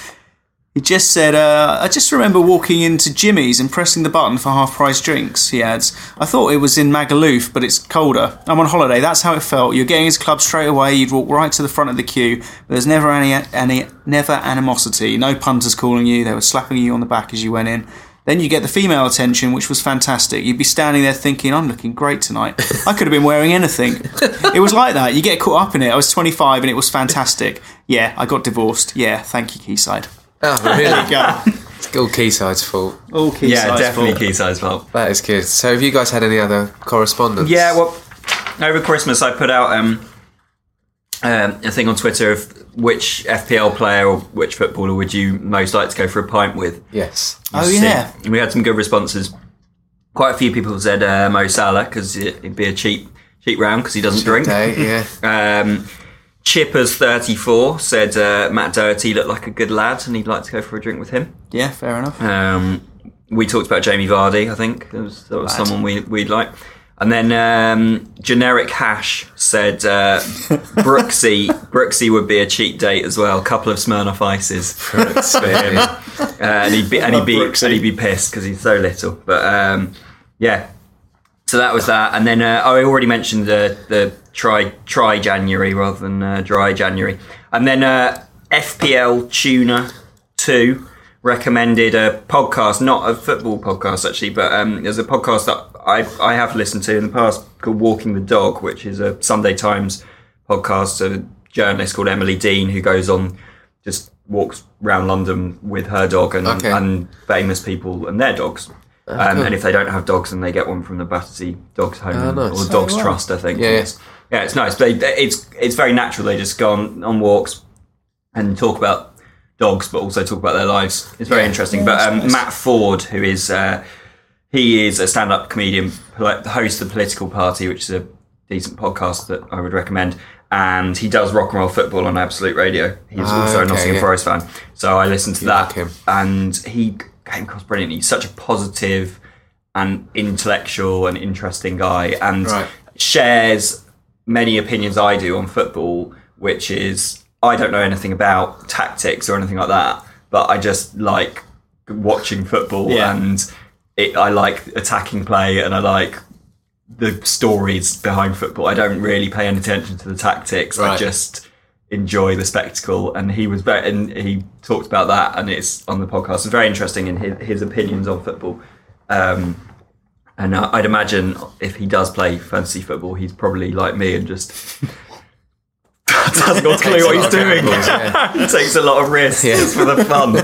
He just said, uh, I just remember walking into Jimmy's and pressing the button for half price drinks, he adds. I thought it was in Magaluf, but it's colder. I'm on holiday, that's how it felt. You're getting into club straight away, you'd walk right to the front of the queue, but there's never any, any never animosity. No punters calling you, they were slapping you on the back as you went in. Then you get the female attention, which was fantastic. You'd be standing there thinking, I'm looking great tonight. I could have been wearing anything. it was like that. You get caught up in it. I was 25 and it was fantastic. Yeah, I got divorced. Yeah, thank you, Keyside. Oh, really? Go. It's all Keyside's fault. All key Yeah, size definitely for- key size fault. That is good. So, have you guys had any other correspondence? Yeah, well, over Christmas I put out um, um, a thing on Twitter of which FPL player or which footballer would you most like to go for a pint with? Yes. Oh yeah, See, We had some good responses. Quite a few people said uh, Mo Salah because it, would be a cheap cheap round because he doesn't drink. Day, yeah. Um, Chippers34 said uh, Matt Doherty looked like a good lad and he'd like to go for a drink with him. Yeah, fair enough. Um, we talked about Jamie Vardy, I think. That was, that was someone we, we'd like. And then um, Generic Hash said uh, Brooksy, Brooksy would be a cheap date as well. couple of Smirnoff Ices for him. Uh, and, he'd be, and, he'd be, Brooksy. and he'd be pissed because he's so little. But um, yeah, so that was that. And then uh, I already mentioned the, the try, try January rather than uh, dry January. And then uh, FPL Tuner 2 recommended a podcast, not a football podcast actually, but um, there's a podcast that I, I have listened to in the past called Walking the Dog, which is a Sunday Times podcast of a journalist called Emily Dean who goes on just walks around London with her dog and, Okay. and famous people and their dogs. Oh, Um, And if they don't have dogs, then they get one from the Battersea Dogs Home Oh, nice. or Dogs Trust, I think. Yeah, yeah. Yes. yeah, it's nice. They, they- it's it's very natural. They just go on, on walks and talk about dogs, but also talk about their lives. It's very interesting. but um, Matt Ford, who is uh, he is a stand-up comedian, poli- host of the Political Party, which is a decent podcast that I would recommend. And he does rock and roll football on Absolute Radio. He's also Ah, okay, a Nottingham yeah. Forest fan, so I listened to that. like him. And he came across brilliantly. He's such a positive and intellectual and interesting guy, and Right. shares many opinions I do on football, which is I don't know anything about tactics or anything like that, but I just like watching football Yeah. and it, I like attacking play and I like the stories behind football. I don't really pay any attention to the tactics. I Right. just enjoy the spectacle. And he was very, and he talked about that, and it's on the podcast. It's very interesting in his, his opinions on football. Um, and I- I'd imagine if he does play fantasy football, he's probably like me and just doesn't got a clue what he's doing. he takes a lot of risks just for the fun.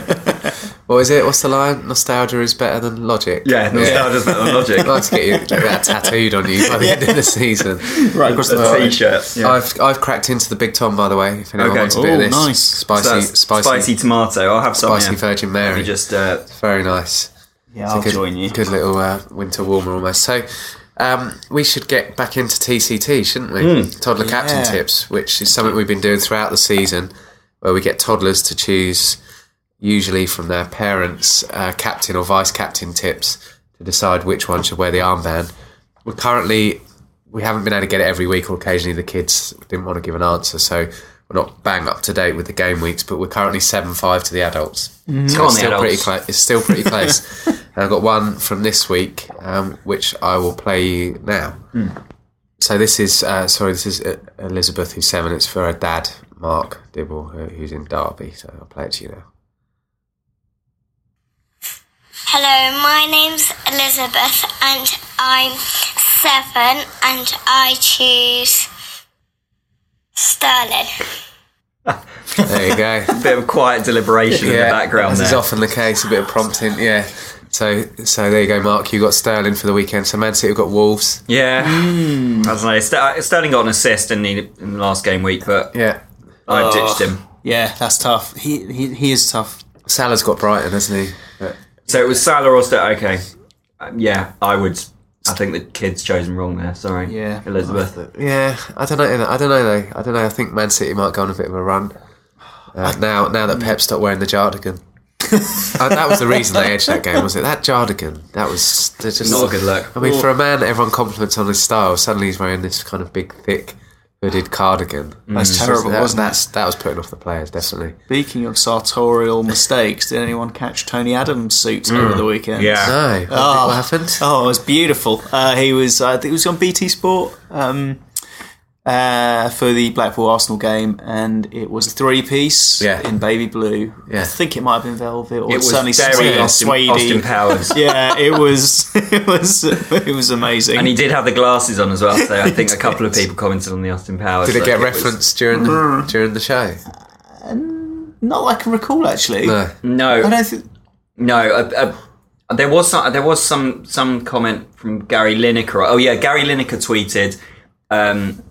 What is it? What's the line? Nostalgia is better than logic. Yeah, nostalgia's better than logic. I'd like to get you that tattooed on you by the end of the season. Right across the A t-shirt. Yeah. I've I've cracked into the big Tom by the way. If anyone Okay. wants a bit Ooh, of this, nice. So spicy, that's spicy, spicy tomato. I'll have some. spicy yeah. Virgin Mary. You just uh, Very nice. Yeah, I'll good, join you. Good little uh, winter warmer almost. So um, we should get back into TCT, shouldn't we? Hmm. Toddler captain Yeah. tips, which is something we've been doing throughout the season, where we get toddlers to choose, usually from their parents, uh, captain or vice captain tips to decide which one should wear the armband. We're currently we haven't been able to get it every week, or occasionally the kids didn't want to give an answer, so. We're not bang up to date with the game weeks, but we're currently seven five to the adults. So Mm-hmm. Come it's on, the still pretty adults. clo- it's still pretty close. and I've got one from this week, um, which I will play you now. Hmm. So this is uh, sorry, this is uh, Elizabeth who's seven. It's for her dad, Mark Dibble, who- who's in Derby. So I'll play it to you now. Hello, my name's Elizabeth and I'm seven and I choose Sterling. There you go. bit of quiet deliberation in the background As there. is often the case, a bit of prompting. Yeah. So so there you go, Mark. You got Sterling for the weekend. So Man City have got Wolves. Yeah, I don't know. Ster- Sterling got an assist in the, in the last game week, but Yeah. I've ditched him. Yeah, that's tough. He he, he is tough. Salah's got Brighton, hasn't he? But So it was Salah or Sterling. Okay, Um, yeah, I would. I think the kid's chosen wrong there. Sorry, Yeah. Elizabeth. Yeah, I don't know. I don't know though. I don't know. I think Man City might go on a bit of a run uh, now. Now that Pep stopped wearing the jardigan, uh, that was the reason they edged that game, was it? That jardigan, that was they're just Not a good look. I mean, for a man, everyone compliments on his style. Suddenly, he's wearing this kind of big, thick, hooded cardigan. Mm, That's terrible, that, wasn't it? that's, That was putting off the players, definitely. Speaking of sartorial mistakes, did anyone catch Tony Adams' suit over the weekend? Mm, Yeah. No, Oh. what happened? Oh, it was beautiful. Uh, he was, I think it was on BT Sport um, uh, for the Blackpool Arsenal game, and it was a three piece Yeah. in baby blue. Yeah. I think it might have been velvet, or It was certainly very yeah, Austin, suede. Austin Powers, yeah, it was, it was, it was amazing. and he did have the glasses on as well. So I think a couple of people commented on the Austin Powers. Did it look. get was- referenced during Mm. the, during the show? Not that I can recall actually. No. No, I don't think. No, uh, uh, there was some, there was some some comment from Gary Lineker. Oh yeah, Gary Lineker tweeted, um,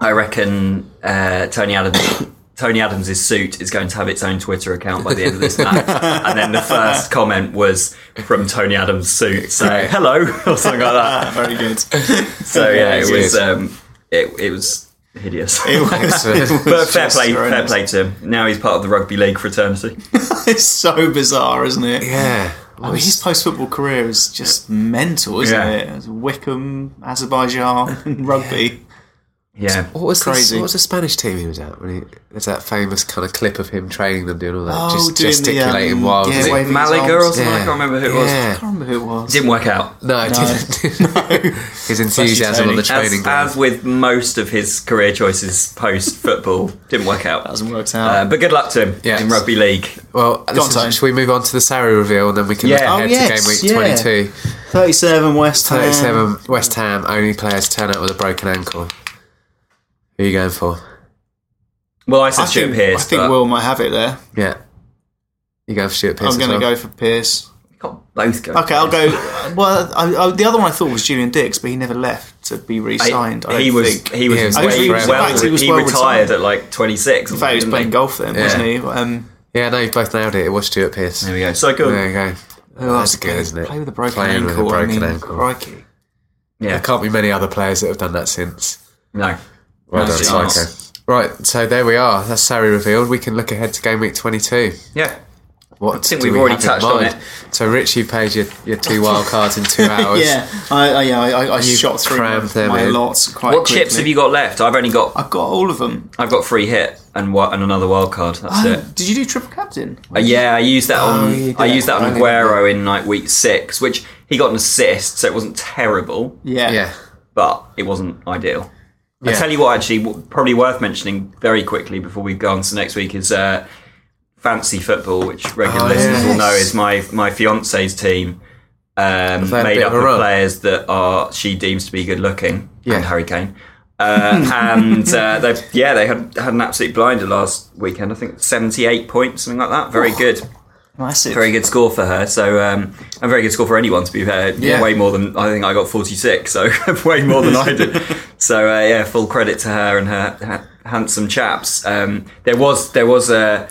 "I reckon uh, Tony Adams Tony Adams' suit is going to have its own Twitter account by the end of this match. and then the first comment was from Tony Adams' suit, so hello, or something like that. Very good. So yeah, it Very was good. um, it, it was hideous. Excellent. but fair play, fair horrendous. play to him. Now he's part of the rugby league fraternity. It's so bizarre, isn't it? yeah. I mean, his post football career is just mental, isn't Yeah. it? It's Wickham, Azerbaijan, and rugby. Yeah, What was Crazy. The, what was the Spanish team he was at? When he, there's that famous kind of clip of him training them, doing all that, Oh, just doing the, gesticulating um, wild. yeah, Is it- waving his Malaga or arms. something. I Yeah. can't remember who it was. Yeah. I can't remember who it was. Didn't work out. No, it didn't. His enthusiasm on the As, training ground. as with most of his career choices post football, didn't work out. Hasn't worked out. Uh, but good luck to him Yes. in rugby league. well, listen, Tone. should we move on to the Sarri reveal and then we can look Yeah. Oh, ahead yes, to game yeah. week 22? 37 West Ham. 37 West Ham only players turn out with a broken ankle. Who are you going for? Well, I said I Stuart think, Pearce. I think but Will might have it there. Yeah. You going for Stuart Pearce? I'm going to as well? go for Pierce. we can't both go. Okay, I'll go. Well, I, I, the other one I thought was Julian Dix, but he never left to be I- re-signed. I, he, don't was, think. he was Yeah, he was way playing well, forever. In fact, he was he well retired. retired at like 26. or In fact, he was something, playing didn't golf then, wasn't he? Um, Yeah, no, you both nailed it. It was Stuart Pearce. he? There we go. So good. There you go. That's good, isn't it? Play with Oh, a broken Playing ankle. with a broken I mean, ankle. Crikey. Yeah. There can't be many other players that have done that since. No. Well No done, chance. Psycho. Right, so there we are. That's Sarri revealed. We can look ahead to game week 22. Yeah. What think do we've we already have in touched on mind? So, Rich, you paid your, your two wild cards in two hours. Yeah, I, I, yeah, I, I- I You've shot through crammed my, them my in. lots quite What quickly. chips have you got left? I've only got I've got all of them. I've got free hit and what and another wild card. That's Oh, it. Did you do triple captain? Uh, yeah, I used that Oh, you on did. I used that on Okay. Aguero in like week six, which he got an assist, so it wasn't terrible, Yeah. Yeah. but it wasn't ideal. I Yeah. tell you what, actually, w- probably worth mentioning very quickly before we go on to next week is uh, fancy football, which regular Oh, listeners will yes. know is my my fiance's team, um, had a made bit up of a of run. players that are she deems to be good looking Yeah. and Hurricane. uh, and uh, they, yeah, they had had an absolute blinder last weekend. I think seventy-eight points, something like that. Very good Massive. very good score for her. So um, a very good score for anyone to be fair. Yeah. Way more than I think I got forty six. So way more than I did. So uh, yeah, full credit to her and her, ha- handsome chaps. Um, there was there was a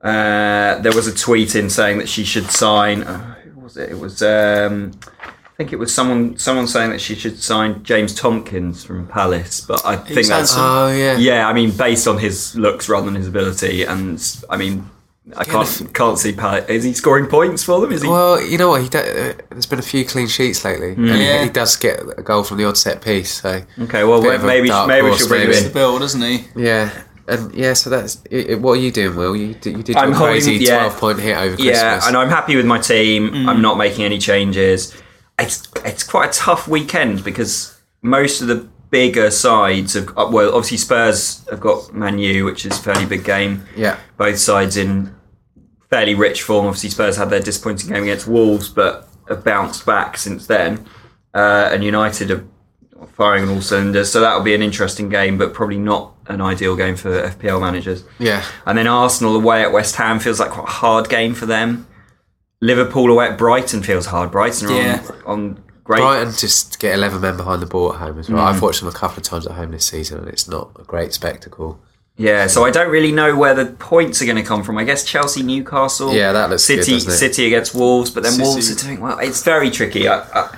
uh, there was a tweet in saying that she should sign. Uh, who was it? It was. Um, I think it was someone someone saying that she should sign James Tompkins from Palace, but I think was that's handsome. Oh, yeah. yeah, I mean, based on his looks rather than his ability, and I mean, I can't can't see Palace. Is he scoring points for them? Is he? Well, you know what? He do- uh, there's been a few clean sheets lately. And he, he does get a goal from the odd set piece. So Mm. okay, well, bit of a maybe dark maybe we horse, should bring him maybe. in. The build, isn't he? yeah, and yeah. So that's i i what are you doing, Will? You did, you did I'm your crazy holding- yeah. 12 point hit over Christmas. Mm. Yeah, and I'm happy with my team. I'm not making any changes. It's it's quite a tough weekend because most of the bigger sides have uh, well, obviously Spurs have got Man U, which is a fairly big game. Yeah. both sides in fairly rich form. Obviously, Spurs had their disappointing game against Wolves, but have bounced back since then. Uh, and United are firing on all cylinders, so that'll be an interesting game, but probably not an ideal game for FPL managers. Yeah. And then Arsenal away at West Ham feels like quite a hard game for them. Liverpool away at Brighton feels hard. Brighton are Yeah. on, on great. Brighton just get 11 men behind the ball at home as Mm. well. I've watched them a couple of times at home this season, and it's not a great spectacle. Yeah, so I don't really know where the points are going to come from. I guess Chelsea, Newcastle. Yeah, that looks good, City, doesn't it? City against Wolves, but then City. Wolves are doing well. It's very tricky. I, I,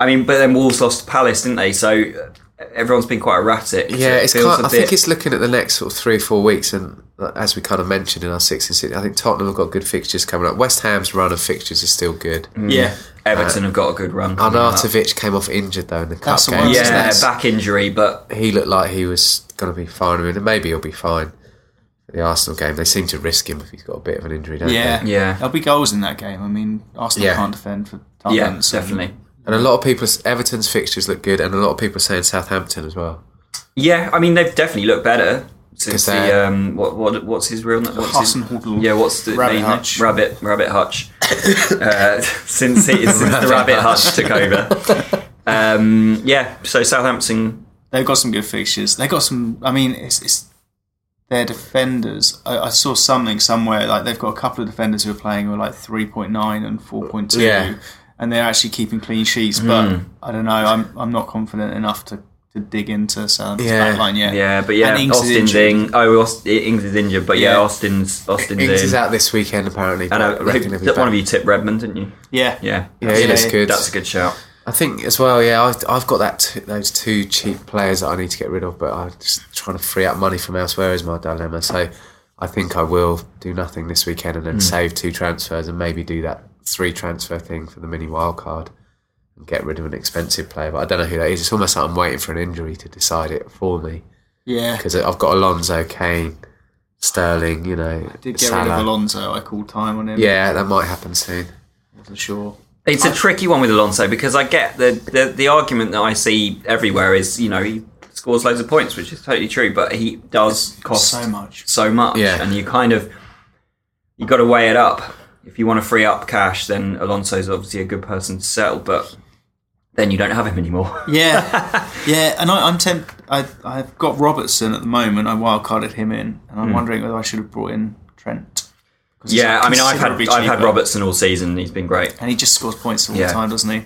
I mean, but then Wolves lost to Palace, didn't they? So uh, everyone's been quite erratic. so Yeah, it it's feels kind, a I think bit- it's looking at the next sort of three or four weeks, and uh, as we kind of mentioned in our six and six, I think Tottenham have got good fixtures coming up. West Ham's run of fixtures is still good. Mm. Yeah. Everton have got a good run. coming up. Arnautovic came off injured though in the cup That's the game. worst, Yeah, isn't That's- back injury, but he looked like he was going to be fine. I mean, maybe he'll be fine. for The Arsenal game, they seem to risk him if he's got a bit of an injury, don't Yeah. they? Yeah. There'll be goals in that game. I mean, Arsenal Yeah. can't defend for time. yeah, definitely. And a lot of people, Everton's fixtures look good, and a lot of people are saying Southampton as well. Yeah, I mean they've definitely looked better 'Cause since they're- the um what what what's his real name? What's his- Hassan Hoodle. Yeah, what's the Rabbit main Hutch. name? Rabbit Rabbit Hutch. uh, since he, since the Rabbit Hutch took over. Um, yeah, so Southampton. They've got some good fixtures. They've got some. I mean, it's, it's their defenders. I, I saw something somewhere like they've got a couple of defenders who are playing who are like three point nine and four point two, Yeah. and they're actually keeping clean sheets. But I don't know. I'm I'm not confident enough to. To to dig into Southampton Yeah. back line yet. Yeah, but yeah, And Ings is Austin's injured. in. Oh, Aust- Ings is injured, but yeah, Yeah. Austin's Austin's Ings in. is out this weekend apparently. And I, but reckon he'll be that back. one of you tipped Redmond, didn't you? Yeah. Yeah, Yeah, he Yeah, looks yeah. good. that's a good shout. I think as well. Yeah, I've, I've got that t- those two cheap players that I need to get rid of, but I'm just trying to free up money from elsewhere is my dilemma. So I think I will do nothing this weekend and then save two transfers and maybe do that three transfer thing for the mini wild card and get rid of an expensive player. But I don't know who that is. It's almost like I'm waiting for an injury to decide it for me Yeah. because I've got Alonso, Kane, Sterling. You know, Did get rid of Salah. Alonso. I called time on him. yeah, that might happen soon. Wasn't sure. It's a tricky one with Alonso because I get the, the the argument that I see everywhere is you know he scores loads of points, which is totally true, but he does cost So much. so much, Yeah. and you kind of you got to weigh it up. If you want to free up cash, then Alonso's obviously a good person to sell, but then you don't have him anymore. Yeah, yeah, and I, I'm temp. I I've got Robertson at the moment. I wildcarded him in, and I'm wondering whether I should have brought in Trent. 'Cause he's yeah, I mean I've had considerably I've had cheaper. Robertson all season. He's been great. and he just scores points all Yeah. the time, doesn't he?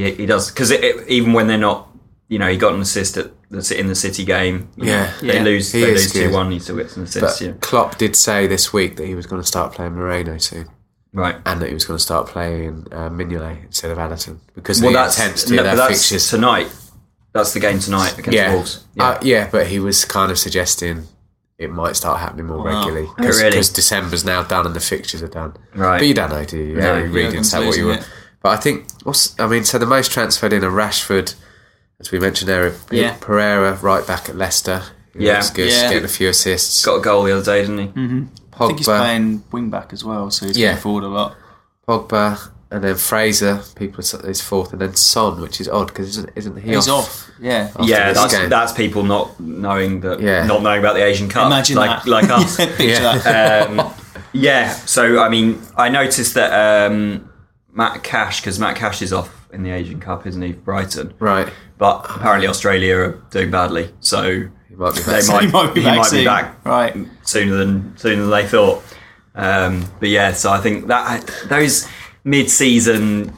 He, he does because it, it- even when they're not, you know, he got an assist at the, in the City game. you know, Yeah. they Yeah. lose He they is lose good. two one. He still gets an assist. But Yeah, Klopp did say this week that he was going to start playing Moreno soon. right. and that he was going to start playing uh, Mignolet instead of Allison because Well, the that's intent to no, their but that's fixtures. tonight. That's the game tonight against yeah, Wolves. yeah. Uh, yeah, but he was kind of suggesting it might start happening more regularly because really? December's now done and the fixtures are done. Right. but you don't know, do you? No, Yeah, you read Jurgen's into that what you losing want. it. But I think what's I mean, so the most transferred in are Rashford, as we mentioned there. Yeah. Pereira right back at Leicester. who Yeah. looks good, Yeah. getting a few assists. Got a goal the other day, didn't he? Mm-hmm. Pogba, I think he's playing wing back as well, so he's Yeah. going forward a lot. Pogba, and then Fraser. People are s- is fourth, and then Son, which is odd because isn't, isn't he He's off. Yeah, Yeah, this that's, game. that's people not knowing that, Yeah. not knowing about the Asian Cup, imagine like that. like us. yeah, picture Yeah. that. um, yeah. So I mean, I noticed that um, Matt Cash because Matt Cash is off in the Asian Cup, isn't he? for Brighton, Right. But apparently Australia are doing badly, so He might be they back. might he might be he back might soon. be back Right. sooner than sooner than they thought. Um, but yeah, so I think that those mid-season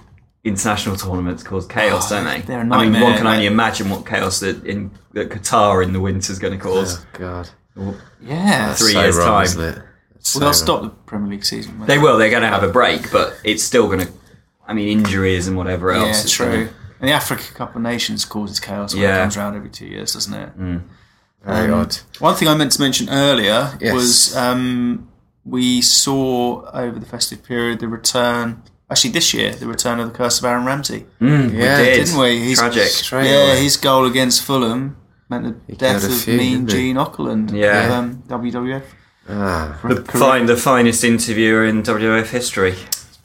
international tournaments cause chaos, don't they? Ah, they're a I mean, one nightmare, can only mate. imagine what chaos that in that Qatar in the winter is going to cause. Oh God. Yeah. Three So years wrong, time. isn't it? So Well, they'll wrong. stop the Premier League season. won't They will. They're going to have a break, but it's still going to. I mean, injuries and whatever Yeah, else. it's true. gonna- And the Africa Cup of Nations causes chaos when Yeah. Hmm. it comes round every two years, doesn't it? Um, Very odd. One thing I meant to mention earlier Yes. was um, we saw over the festive period the return, actually this year, the return of the curse of Aaron Ramsey. Yeah. did. Didn't we? He's, Tragic. Straight yeah, away. his goal against Fulham meant the death killed of a few, Mean didn't he? Ah. Gene Ockland Yeah. of um, WWF. The, fine, the finest interviewer in WF history.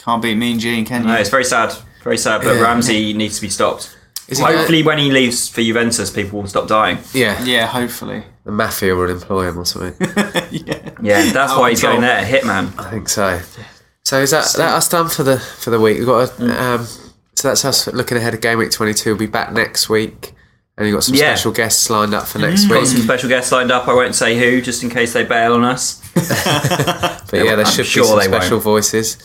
Can't beat Mean Gene, can you? No, it's very sad. Very sad, but Yeah. Ramsey needs to be stopped. Is he Hopefully, when he leaves for Juventus, people will stop dying. gonna- yeah, yeah, hopefully. The mafia will employ him or something. yeah. Yeah, that's Out why of he's control. going there, hitman. I think so. So is that that us done for the for the week? We've got a, Mm. um, so that's us looking ahead of game week twenty two. We'll be back next week, and we've got some Yeah. Mm. special guests lined up for next Got some week. special guests lined up. I won't say who, just in case they bail on us. But yeah, there I'm should sure be some they special won't. voices.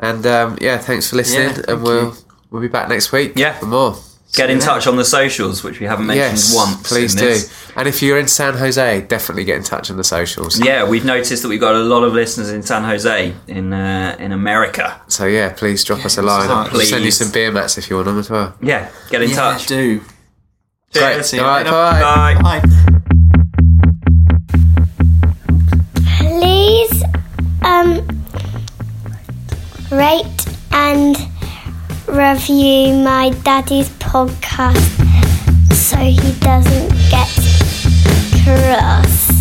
And um, yeah, thanks for listening, Yeah, and thank we'll we'll be back next week. Yeah. for more. Get in touch on the socials, which we haven't mentioned Yes, once. please in do. this. And if you're in San Jose, definitely get in touch on the socials. Yeah, we've noticed that we've got a lot of listeners in San Jose, in uh, in America. So yeah, please drop us a line. touch. We'll send you Please. some beer mats if you want them as well. Yeah, get in Yeah, touch. do. Cheers. See you All right, later. bye. Bye. Bye. Please um, rate and review my daddy's podcast so he doesn't get cross.